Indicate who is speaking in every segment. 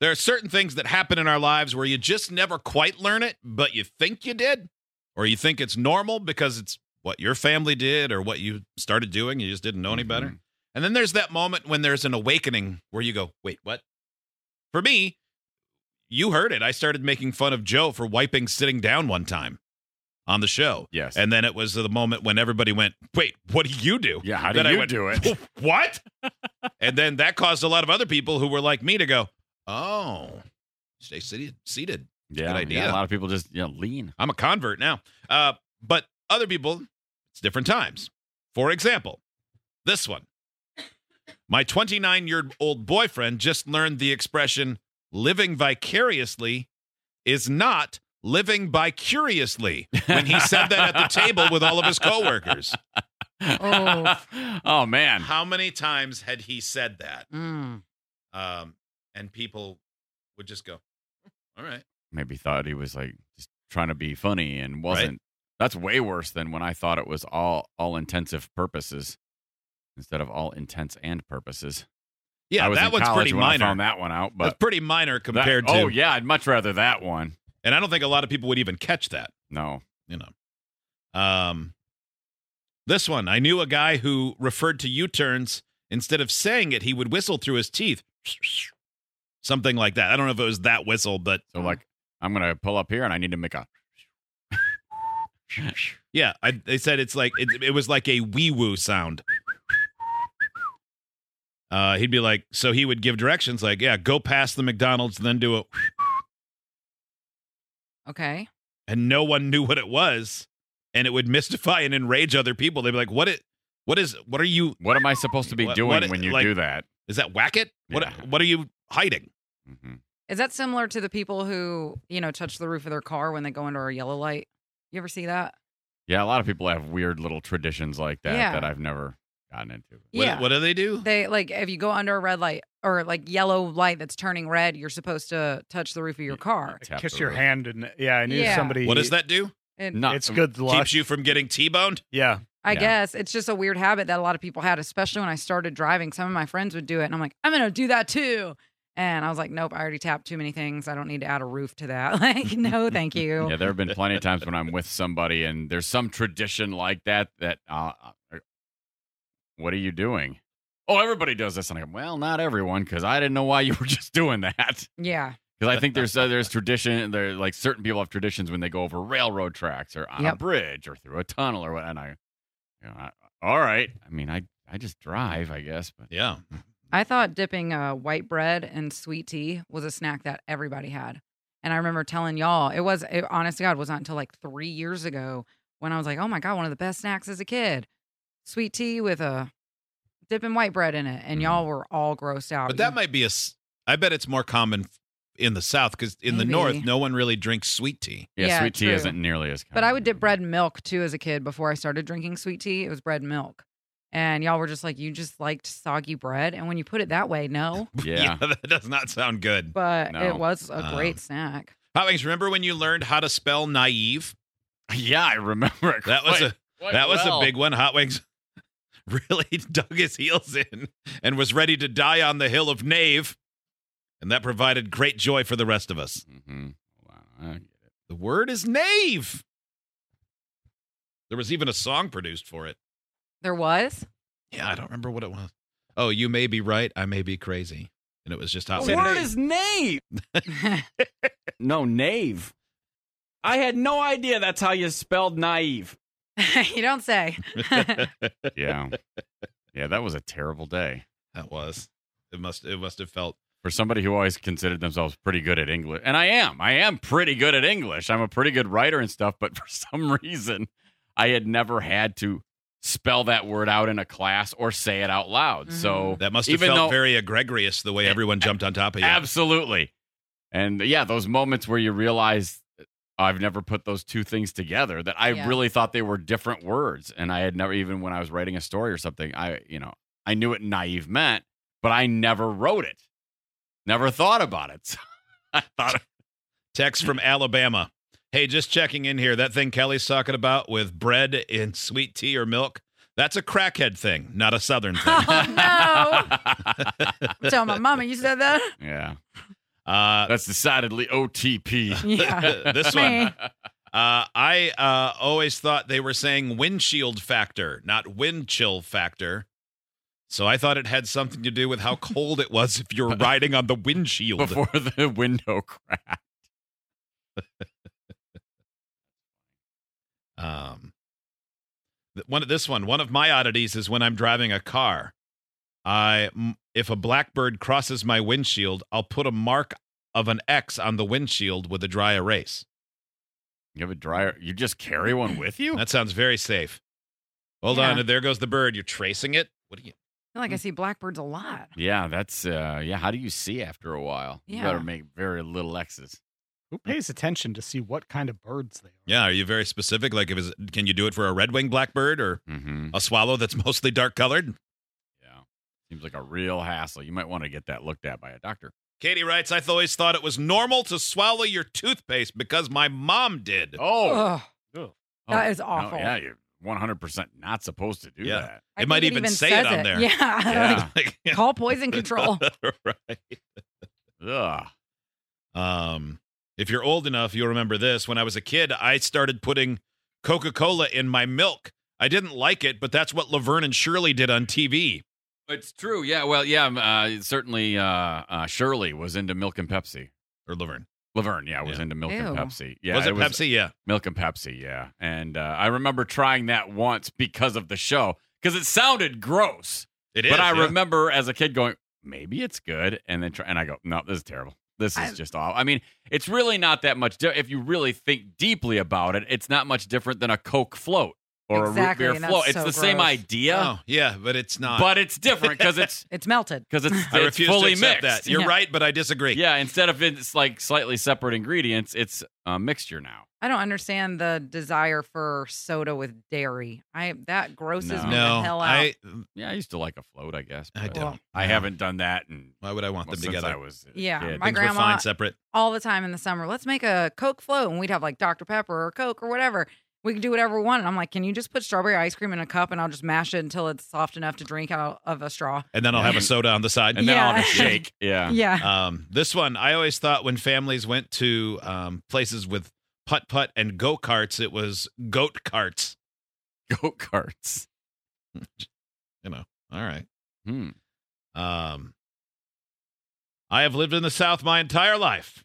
Speaker 1: There are certain things that happen in our lives where you just never quite learn it, but you think you did, or you think it's normal because it's what your family did or what you started doing. You just didn't know any better.
Speaker 2: Mm-hmm.
Speaker 1: And then there's that moment when there's an awakening where you go, wait, what? For me, you heard it. I started making fun of Joe for wiping sitting down one time on the show.
Speaker 2: Yes.
Speaker 1: And then it was the moment when everybody went, wait, what do you do?
Speaker 2: Yeah, how do
Speaker 1: Then I
Speaker 2: you
Speaker 1: went,
Speaker 2: do it?
Speaker 1: What? and then that caused a lot of other people who were like me to go, oh, stay seated. seated.
Speaker 2: yeah,
Speaker 1: idea.
Speaker 2: yeah, a lot of people just you know, lean.
Speaker 1: I'm a convert now. Uh, but other people, it's different times. For example, this one. My 29 year old boyfriend just learned the expression living vicariously is not living by curiously when he said that at the table with all of his coworkers.
Speaker 2: Oh, man.
Speaker 1: How many times had he said that? Um, and people would just go, all right.
Speaker 2: Maybe thought he was like just trying to be funny and wasn't. That's way worse than when I thought it was all all intensive purposes instead of all intents and purposes.
Speaker 1: Yeah,
Speaker 2: I was
Speaker 1: that
Speaker 2: in
Speaker 1: one's
Speaker 2: college
Speaker 1: pretty
Speaker 2: when
Speaker 1: minor.
Speaker 2: I found that one out,
Speaker 1: That's
Speaker 2: but
Speaker 1: pretty minor
Speaker 2: that-
Speaker 1: compared to.
Speaker 2: oh yeah, I'd much rather that one.
Speaker 1: And I don't think a lot of people would even catch that,
Speaker 2: No,
Speaker 1: you know. Um, this one, I knew a guy who referred to U turns. Instead of saying it, he would whistle through his teeth. Something like that. I don't know if it was that whistle, but
Speaker 2: so like I'm gonna pull up here and I need to make a.
Speaker 1: yeah, I, they said it's like, it, it was like a wee woo sound. Uh, he'd be like, so he would give directions like, yeah, go past the McDonald's, then do a
Speaker 3: Okay.
Speaker 1: and no one knew what it was, and it would mystify and enrage other people. They'd be like, "What it? What is? What are you?
Speaker 2: What am I supposed to be
Speaker 1: What-
Speaker 2: doing
Speaker 1: what-
Speaker 2: when you
Speaker 1: like-
Speaker 2: do that?
Speaker 1: Is that whack it? What?
Speaker 2: Yeah.
Speaker 1: What are you hiding?"
Speaker 2: Mm-hmm.
Speaker 3: Is that similar to the people who, you know, touch the roof of their car when they go under a yellow light? You ever see that?
Speaker 2: Yeah, a lot of people have weird little traditions like that
Speaker 3: Yeah.
Speaker 2: that I've never gotten into.
Speaker 1: What,
Speaker 3: yeah.
Speaker 1: What do they do?
Speaker 3: They like if you go under a red light or like yellow light that's turning red, you're supposed to touch the roof of your car.
Speaker 2: Tap
Speaker 4: Kiss
Speaker 2: the
Speaker 4: your
Speaker 2: roof.
Speaker 4: hand and yeah, I knew
Speaker 3: Yeah.
Speaker 4: somebody.
Speaker 1: what does that do?
Speaker 3: And
Speaker 2: No,
Speaker 4: It's good luck.
Speaker 1: Keeps you from getting t-boned.
Speaker 4: Yeah,
Speaker 3: I
Speaker 2: Yeah.
Speaker 3: guess it's just a weird habit that a lot of people had, especially when I started driving. Some of my friends would do it, and I'm like, I'm gonna do that too. And I was like, Nope, I already tapped too many things. I don't need to add a roof to that. Like, no, thank you.
Speaker 2: Yeah, there have been plenty of times when I'm with somebody and there's some tradition like that. That uh, uh, what are you doing? Oh, everybody does this, and I go, well, not everyone, because I didn't know why you were just doing that.
Speaker 3: Yeah.
Speaker 2: Because I think there's uh, there's tradition. There like certain people have traditions when they go over railroad tracks or on a
Speaker 3: Yep.
Speaker 2: bridge or through a tunnel or what. And I, you know, I, all right. I mean, I I just drive, I guess, but
Speaker 1: Yeah.
Speaker 3: I thought dipping uh, white bread and sweet tea was a snack that everybody had. And I remember telling y'all, it was, it, honest to God, was not until like three years ago when I was like, oh my God, one of the best snacks as a kid sweet tea with a dipping white bread in it. And y'all were all grossed out.
Speaker 1: Mm. But that
Speaker 3: You-
Speaker 1: might be a. s- I bet it's more common f- in the South because in the
Speaker 3: Maybe.
Speaker 1: North, no one really drinks sweet tea.
Speaker 2: yeah,
Speaker 3: Yeah,
Speaker 2: sweet tea
Speaker 3: true.
Speaker 2: isn't nearly as. Common.
Speaker 3: But I would dip bread and milk too as a kid before I started drinking sweet tea. It was bread and milk. And y'all were just like, you just liked soggy bread. And when you put it that way, no.
Speaker 2: Yeah.
Speaker 1: that does not sound good.
Speaker 3: But
Speaker 2: No.
Speaker 3: it was a
Speaker 1: Um,
Speaker 3: great snack.
Speaker 1: Hawkins, remember when you learned how to spell naive?
Speaker 2: Yeah, I remember it.
Speaker 1: That was
Speaker 2: quite-
Speaker 1: a
Speaker 2: quite
Speaker 1: That was
Speaker 2: well.
Speaker 1: a big one. Hot Wings really dug his heels in and was ready to die on the hill of Knave. And that provided great joy for the rest of us.
Speaker 2: Mhm. Hold on, I get it.
Speaker 1: The word is knave. There was even a song produced for it.
Speaker 3: There was.
Speaker 1: Yeah, I don't remember what it was. Oh, you may be right. I may be crazy. And it was just Hot
Speaker 5: The
Speaker 1: Wings.
Speaker 5: word is knave. No, knave. Oh, I had no idea that's how you spelled naive.
Speaker 3: you don't say.
Speaker 2: Yeah, yeah, that was a terrible day
Speaker 1: That was. It must it must have felt
Speaker 2: for somebody who always considered themselves pretty good at English, and I am. I am pretty good at English. I'm a pretty good writer and stuff, but for some reason, I had never had to spell that word out in a class or say it out loud. So
Speaker 3: Mm-hmm.
Speaker 1: that must have
Speaker 2: Even
Speaker 1: felt
Speaker 2: though-
Speaker 1: very egregious the way everyone jumped on top of you.
Speaker 2: absolutely. And yeah, those moments where you realize uh, I've never put those two things together that I
Speaker 3: Yeah.
Speaker 2: really thought they were different words. And I had never, even when I was writing a story or something, I, you know, I knew what naive meant, but I never wrote it, never thought about it. So I thought,
Speaker 1: Text from Alabama. Hey, just checking in here. That thing Kelly's talking about with bread in sweet tea or milk, that's a crackhead thing, not a Southern thing.
Speaker 3: Oh no! Tell my mama you said that.
Speaker 2: yeah,
Speaker 1: uh,
Speaker 2: that's decidedly OTP.
Speaker 3: Yeah.
Speaker 1: this one.
Speaker 3: Man.
Speaker 1: Uh, I uh, always thought they were saying windshield factor, not wind chill factor. So I thought it had something to do with how cold it was if you're riding on the windshield.
Speaker 2: before the window cracked.
Speaker 1: Um, th- one of this one, one of my oddities is when I'm driving a car. I m- if a blackbird crosses my windshield, I'll put a mark of an X on the windshield with a dry erase.
Speaker 2: You have a dryer. You just carry one with you.
Speaker 1: That sounds very safe. Hold
Speaker 3: Yeah.
Speaker 1: on, there goes the bird. You're tracing it. What do you?
Speaker 3: I feel like I see blackbirds a lot.
Speaker 2: yeah, that's uh, yeah. How do you see after a while? You
Speaker 3: Yeah.
Speaker 2: better make very little X's.
Speaker 4: Who pays attention to see what kind of birds they are?
Speaker 1: Yeah, are you very specific? Like, if is can you do it for a red-winged blackbird or
Speaker 2: Mm-hmm.
Speaker 1: a swallow that's mostly dark-colored?
Speaker 2: Yeah, seems like a real hassle. You might want to get that looked at by a doctor.
Speaker 1: Katie writes, "I always thought it was normal to swallow your toothpaste because my mom did."
Speaker 2: Oh,
Speaker 3: Ugh.
Speaker 2: Oh,
Speaker 3: that is
Speaker 2: no,
Speaker 3: awful.
Speaker 2: yeah, you're 100 percent not supposed to do
Speaker 1: Yeah.
Speaker 2: that.
Speaker 1: It
Speaker 3: I think
Speaker 1: might even say it
Speaker 3: says
Speaker 1: on there.
Speaker 3: Yeah.
Speaker 2: Yeah.
Speaker 1: Like,
Speaker 3: Like, call poison Oh. control.
Speaker 1: right.
Speaker 2: Ugh.
Speaker 1: Um, if you're old enough, you'll remember this. When I was a kid, I started putting Coca Cola in my milk. I didn't like it, but that's what Laverne and Shirley did on TV.
Speaker 2: It's true. Yeah. Well, yeah. um, Uh, certainly, uh, uh, Shirley was into milk and Pepsi.
Speaker 1: Or Laverne.
Speaker 2: Laverne, yeah, was
Speaker 1: Yeah.
Speaker 2: into milk
Speaker 3: Ew.
Speaker 2: and Pepsi. Yeah,
Speaker 1: was it, Pepsi? Yeah.
Speaker 2: Milk and Pepsi, yeah. And uh, I remember trying that once because of the show, because it sounded gross.
Speaker 1: It is.
Speaker 2: but I
Speaker 1: yeah.
Speaker 2: remember as a kid going, maybe it's good, and then try, and I go, no, this is terrible. This is
Speaker 3: I-
Speaker 2: just awful. I mean, it's really not that much. Di- if you really think deeply about it, it's not much different than a Coke float or
Speaker 3: Exactly,
Speaker 2: a root
Speaker 3: and
Speaker 2: beer
Speaker 3: that's
Speaker 2: float. It's
Speaker 3: so
Speaker 2: the same
Speaker 3: gross.
Speaker 2: idea,
Speaker 1: Oh, yeah, but it's not.
Speaker 2: but it's different because it's
Speaker 3: it's melted.
Speaker 2: because it's,
Speaker 1: I
Speaker 2: it's
Speaker 1: refuse
Speaker 2: fully
Speaker 1: to accept
Speaker 2: mixed.
Speaker 1: that. You're
Speaker 3: Yeah.
Speaker 1: right, but I disagree.
Speaker 2: Yeah, instead of it's like slightly separate ingredients, it's a mixture now.
Speaker 3: I don't understand the desire for soda with dairy. I that grosses
Speaker 2: No.
Speaker 3: me
Speaker 1: No,
Speaker 3: Oh, the hell out.
Speaker 1: I
Speaker 2: Yeah, I used to like a float, I guess.
Speaker 1: I
Speaker 2: but
Speaker 1: don't.
Speaker 2: I haven't done that and
Speaker 1: Why would I want
Speaker 2: well,
Speaker 1: them
Speaker 2: since
Speaker 1: together?
Speaker 2: I was a
Speaker 3: Yeah,
Speaker 2: kid.
Speaker 3: my
Speaker 1: Things were
Speaker 3: grandma-
Speaker 1: fine separate.
Speaker 3: all the time in the summer. Let's make a Coke float, and we'd have like Dr Pepper or Coke or whatever. We could do whatever we want. And I'm like, can you just put strawberry ice cream in a cup, and I'll just mash it until it's soft enough to drink out of a straw.
Speaker 1: And then I'll have a soda on the side.
Speaker 2: and then I'll have a
Speaker 3: Yeah.
Speaker 2: shake. Yeah.
Speaker 3: Yeah.
Speaker 1: Um, this one, I always thought when families went to um, places with putt putt and go karts, it was goat carts.
Speaker 2: Go karts.
Speaker 1: All right.
Speaker 2: Hmm.
Speaker 1: Um, I have lived in the South my entire life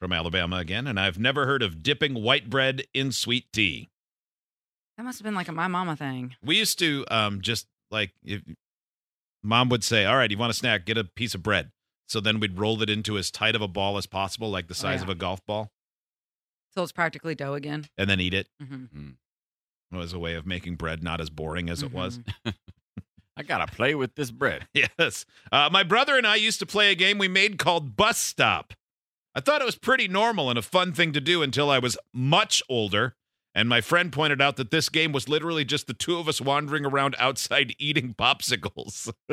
Speaker 1: from Alabama again, and I've never heard of dipping white bread in sweet tea.
Speaker 3: That must have been like a my mama thing.
Speaker 1: We used to um, just like if mom would say, All right, you want a snack, get a piece of bread. So then we'd roll it into as tight of a ball as possible, like the
Speaker 3: Oh,
Speaker 1: size
Speaker 3: yeah.
Speaker 1: of a golf ball,
Speaker 3: So it's practically dough again.
Speaker 1: and then eat it.
Speaker 3: Mm-hmm.
Speaker 1: It was a way of making bread not as boring as it
Speaker 3: Mm-hmm.
Speaker 1: was.
Speaker 2: I gotta play with this bread.
Speaker 1: Yes. Uh, my brother and I used to play a game we made called Bus Stop. I thought it was pretty normal and a fun thing to do until I was much older. And my friend pointed out that this game was literally just the two of us wandering around outside eating popsicles.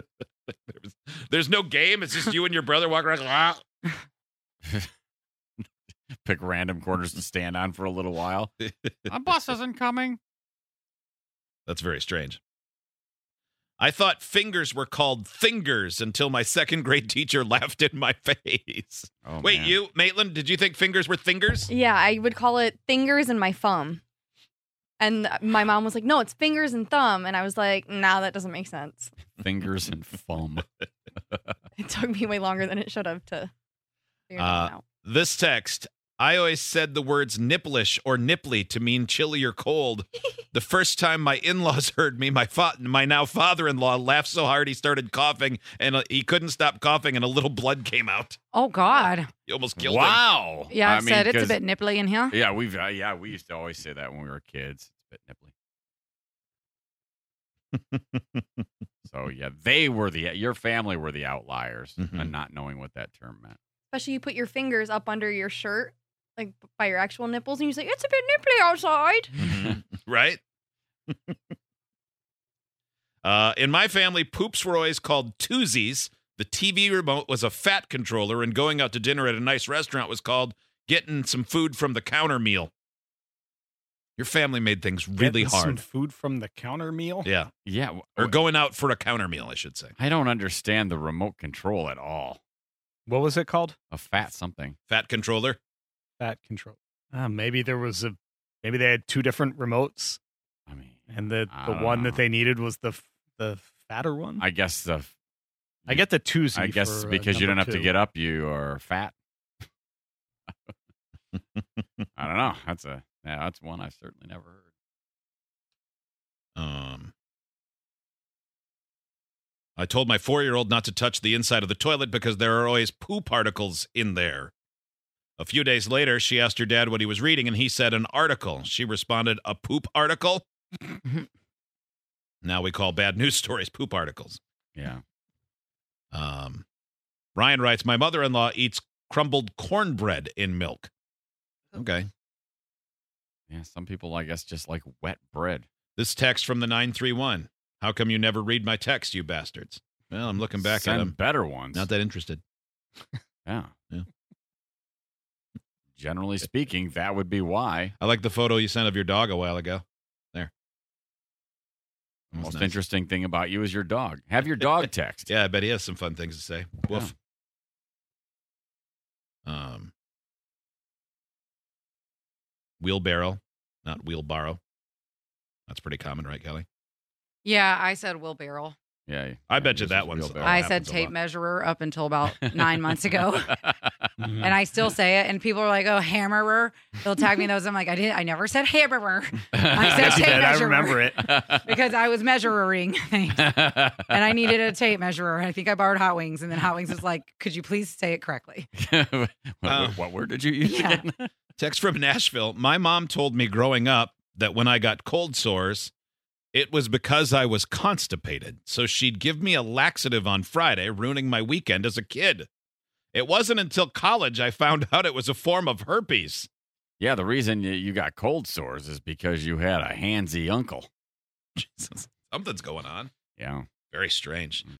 Speaker 1: There was- There's no game. It's just you and your brother walking around. "Ah."
Speaker 2: Pick random corners to stand on for a little while. My bus isn't coming.
Speaker 1: "Ah." That's very strange. I thought fingers were called fingers until my second grade teacher laughed in my face.
Speaker 2: Oh,
Speaker 1: Wait,
Speaker 2: man.
Speaker 1: you, Maitland, did you think fingers were fingers?
Speaker 6: Yeah, I would call it fingers and my thumb. And my mom was like, no, it's fingers and thumb. And I was like, nah, that doesn't make sense.
Speaker 2: fingers and foam.
Speaker 6: It took me way longer than it should have to figure
Speaker 1: Uh,
Speaker 6: that out.
Speaker 1: This text, I always said the words nipplish or nipply to mean chilly or cold. the first time my in-laws heard me, my fa- my now father-in-law laughed so hard he started coughing, and uh, he couldn't stop coughing, and a little blood came out.
Speaker 3: Oh God.
Speaker 1: He almost killed him.
Speaker 2: Wow.
Speaker 3: Yeah, I've
Speaker 2: I mean,
Speaker 3: said it's a
Speaker 2: 'cause-
Speaker 3: bit nipply in here.
Speaker 2: Yeah, we've uh, yeah we used to always say that when we were kids. It's a bit nipply. so yeah, they were the your family were the outliers
Speaker 1: Mhm.
Speaker 2: Mm-hmm. and not knowing what that term meant.
Speaker 6: especially you put your fingers up under your shirt, like by your actual nipples, and you say, It's a bit nipply outside.
Speaker 1: Mhm. right? uh, in my family, poops were always called twosies. The TV remote was a fat controller, and going out to dinner at a nice restaurant was called getting some food from the counter meal. Your family made things really
Speaker 4: Getting Some
Speaker 1: hard.
Speaker 4: food from the counter meal.
Speaker 1: Yeah.
Speaker 2: Yeah. w-
Speaker 1: Or going out for a counter meal, I should say.
Speaker 2: I don't understand the remote control at all.
Speaker 4: What was it called?
Speaker 2: A fat something.
Speaker 1: Fat controller.
Speaker 4: Fat control. Uh, maybe there was a. Maybe they had two different remotes,
Speaker 2: I mean,
Speaker 4: and the
Speaker 2: I
Speaker 4: the
Speaker 2: don't
Speaker 4: one
Speaker 2: know.
Speaker 4: that they needed was the f- the fatter one.
Speaker 2: I guess the
Speaker 4: I get the twosie.
Speaker 2: I guess
Speaker 4: for, uh,
Speaker 2: because you don't
Speaker 4: number
Speaker 2: have to
Speaker 4: two.
Speaker 2: get up, you are fat. I don't know. That's a yeah, that's one I've certainly never heard.
Speaker 1: Um, I told my four year old not to touch the inside of the toilet because there are always poo particles in there. A few days later, she asked her dad what he was reading, and he said an article. She responded, A poop article? now we call bad news stories poop articles.
Speaker 2: Yeah.
Speaker 1: Um, Ryan writes, My mother in law eats crumbled cornbread in milk. Okay.
Speaker 2: Yeah. Some people I guess just like wet bread.
Speaker 1: This text from the 931. How come you never read my text, you bastards? Well, I'm looking back
Speaker 2: Send
Speaker 1: at them.
Speaker 2: better ones.
Speaker 1: Not that interested.
Speaker 2: yeah.
Speaker 1: Yeah.
Speaker 2: Generally speaking, that would be why.
Speaker 1: I like the photo you sent of your dog a while ago. There. That
Speaker 2: The
Speaker 1: was
Speaker 2: most
Speaker 1: nice.
Speaker 2: interesting thing about you is your dog. Have your dog text.
Speaker 1: Yeah, I bet he has some fun things to say. Woof. Um, wheelbarrow, not wheelbarrow. That's pretty common, right, Kelly?
Speaker 3: Yeah, I said wheelbarrow.
Speaker 2: Yeah. yeah
Speaker 1: I bet you
Speaker 2: this
Speaker 1: that
Speaker 2: is
Speaker 1: one's-
Speaker 2: real bad.
Speaker 1: That
Speaker 3: I said
Speaker 1: happens a
Speaker 3: tape
Speaker 1: lot.
Speaker 3: measurer up until about nine months ago.
Speaker 4: Mhm.
Speaker 3: And I still say it, and people are like, "Oh, hammerer." They'll tag me in those. I'm like, "I didn't. I never said hammerer I
Speaker 4: Yes,
Speaker 3: said
Speaker 4: you
Speaker 3: tape
Speaker 4: did. I
Speaker 3: measure.
Speaker 4: remember it.
Speaker 3: because I was measuring things, and I needed a tape measurer. I think I borrowed Hot Wings, and then Hot Wings was like, "Could you please say it correctly?"
Speaker 2: what,
Speaker 1: Uh,
Speaker 2: what word did you use?
Speaker 3: Yeah.
Speaker 2: again?
Speaker 1: Text from Nashville. My mom told me growing up that when I got cold sores, it was because I was constipated. So she'd give me a laxative on Friday, ruining my weekend as a kid. It wasn't until college I found out it was a form of herpes.
Speaker 2: Yeah, the reason you- you got cold sores is because you had a handsy uncle.
Speaker 1: Jesus, something's going on.
Speaker 2: Yeah.
Speaker 1: Very strange.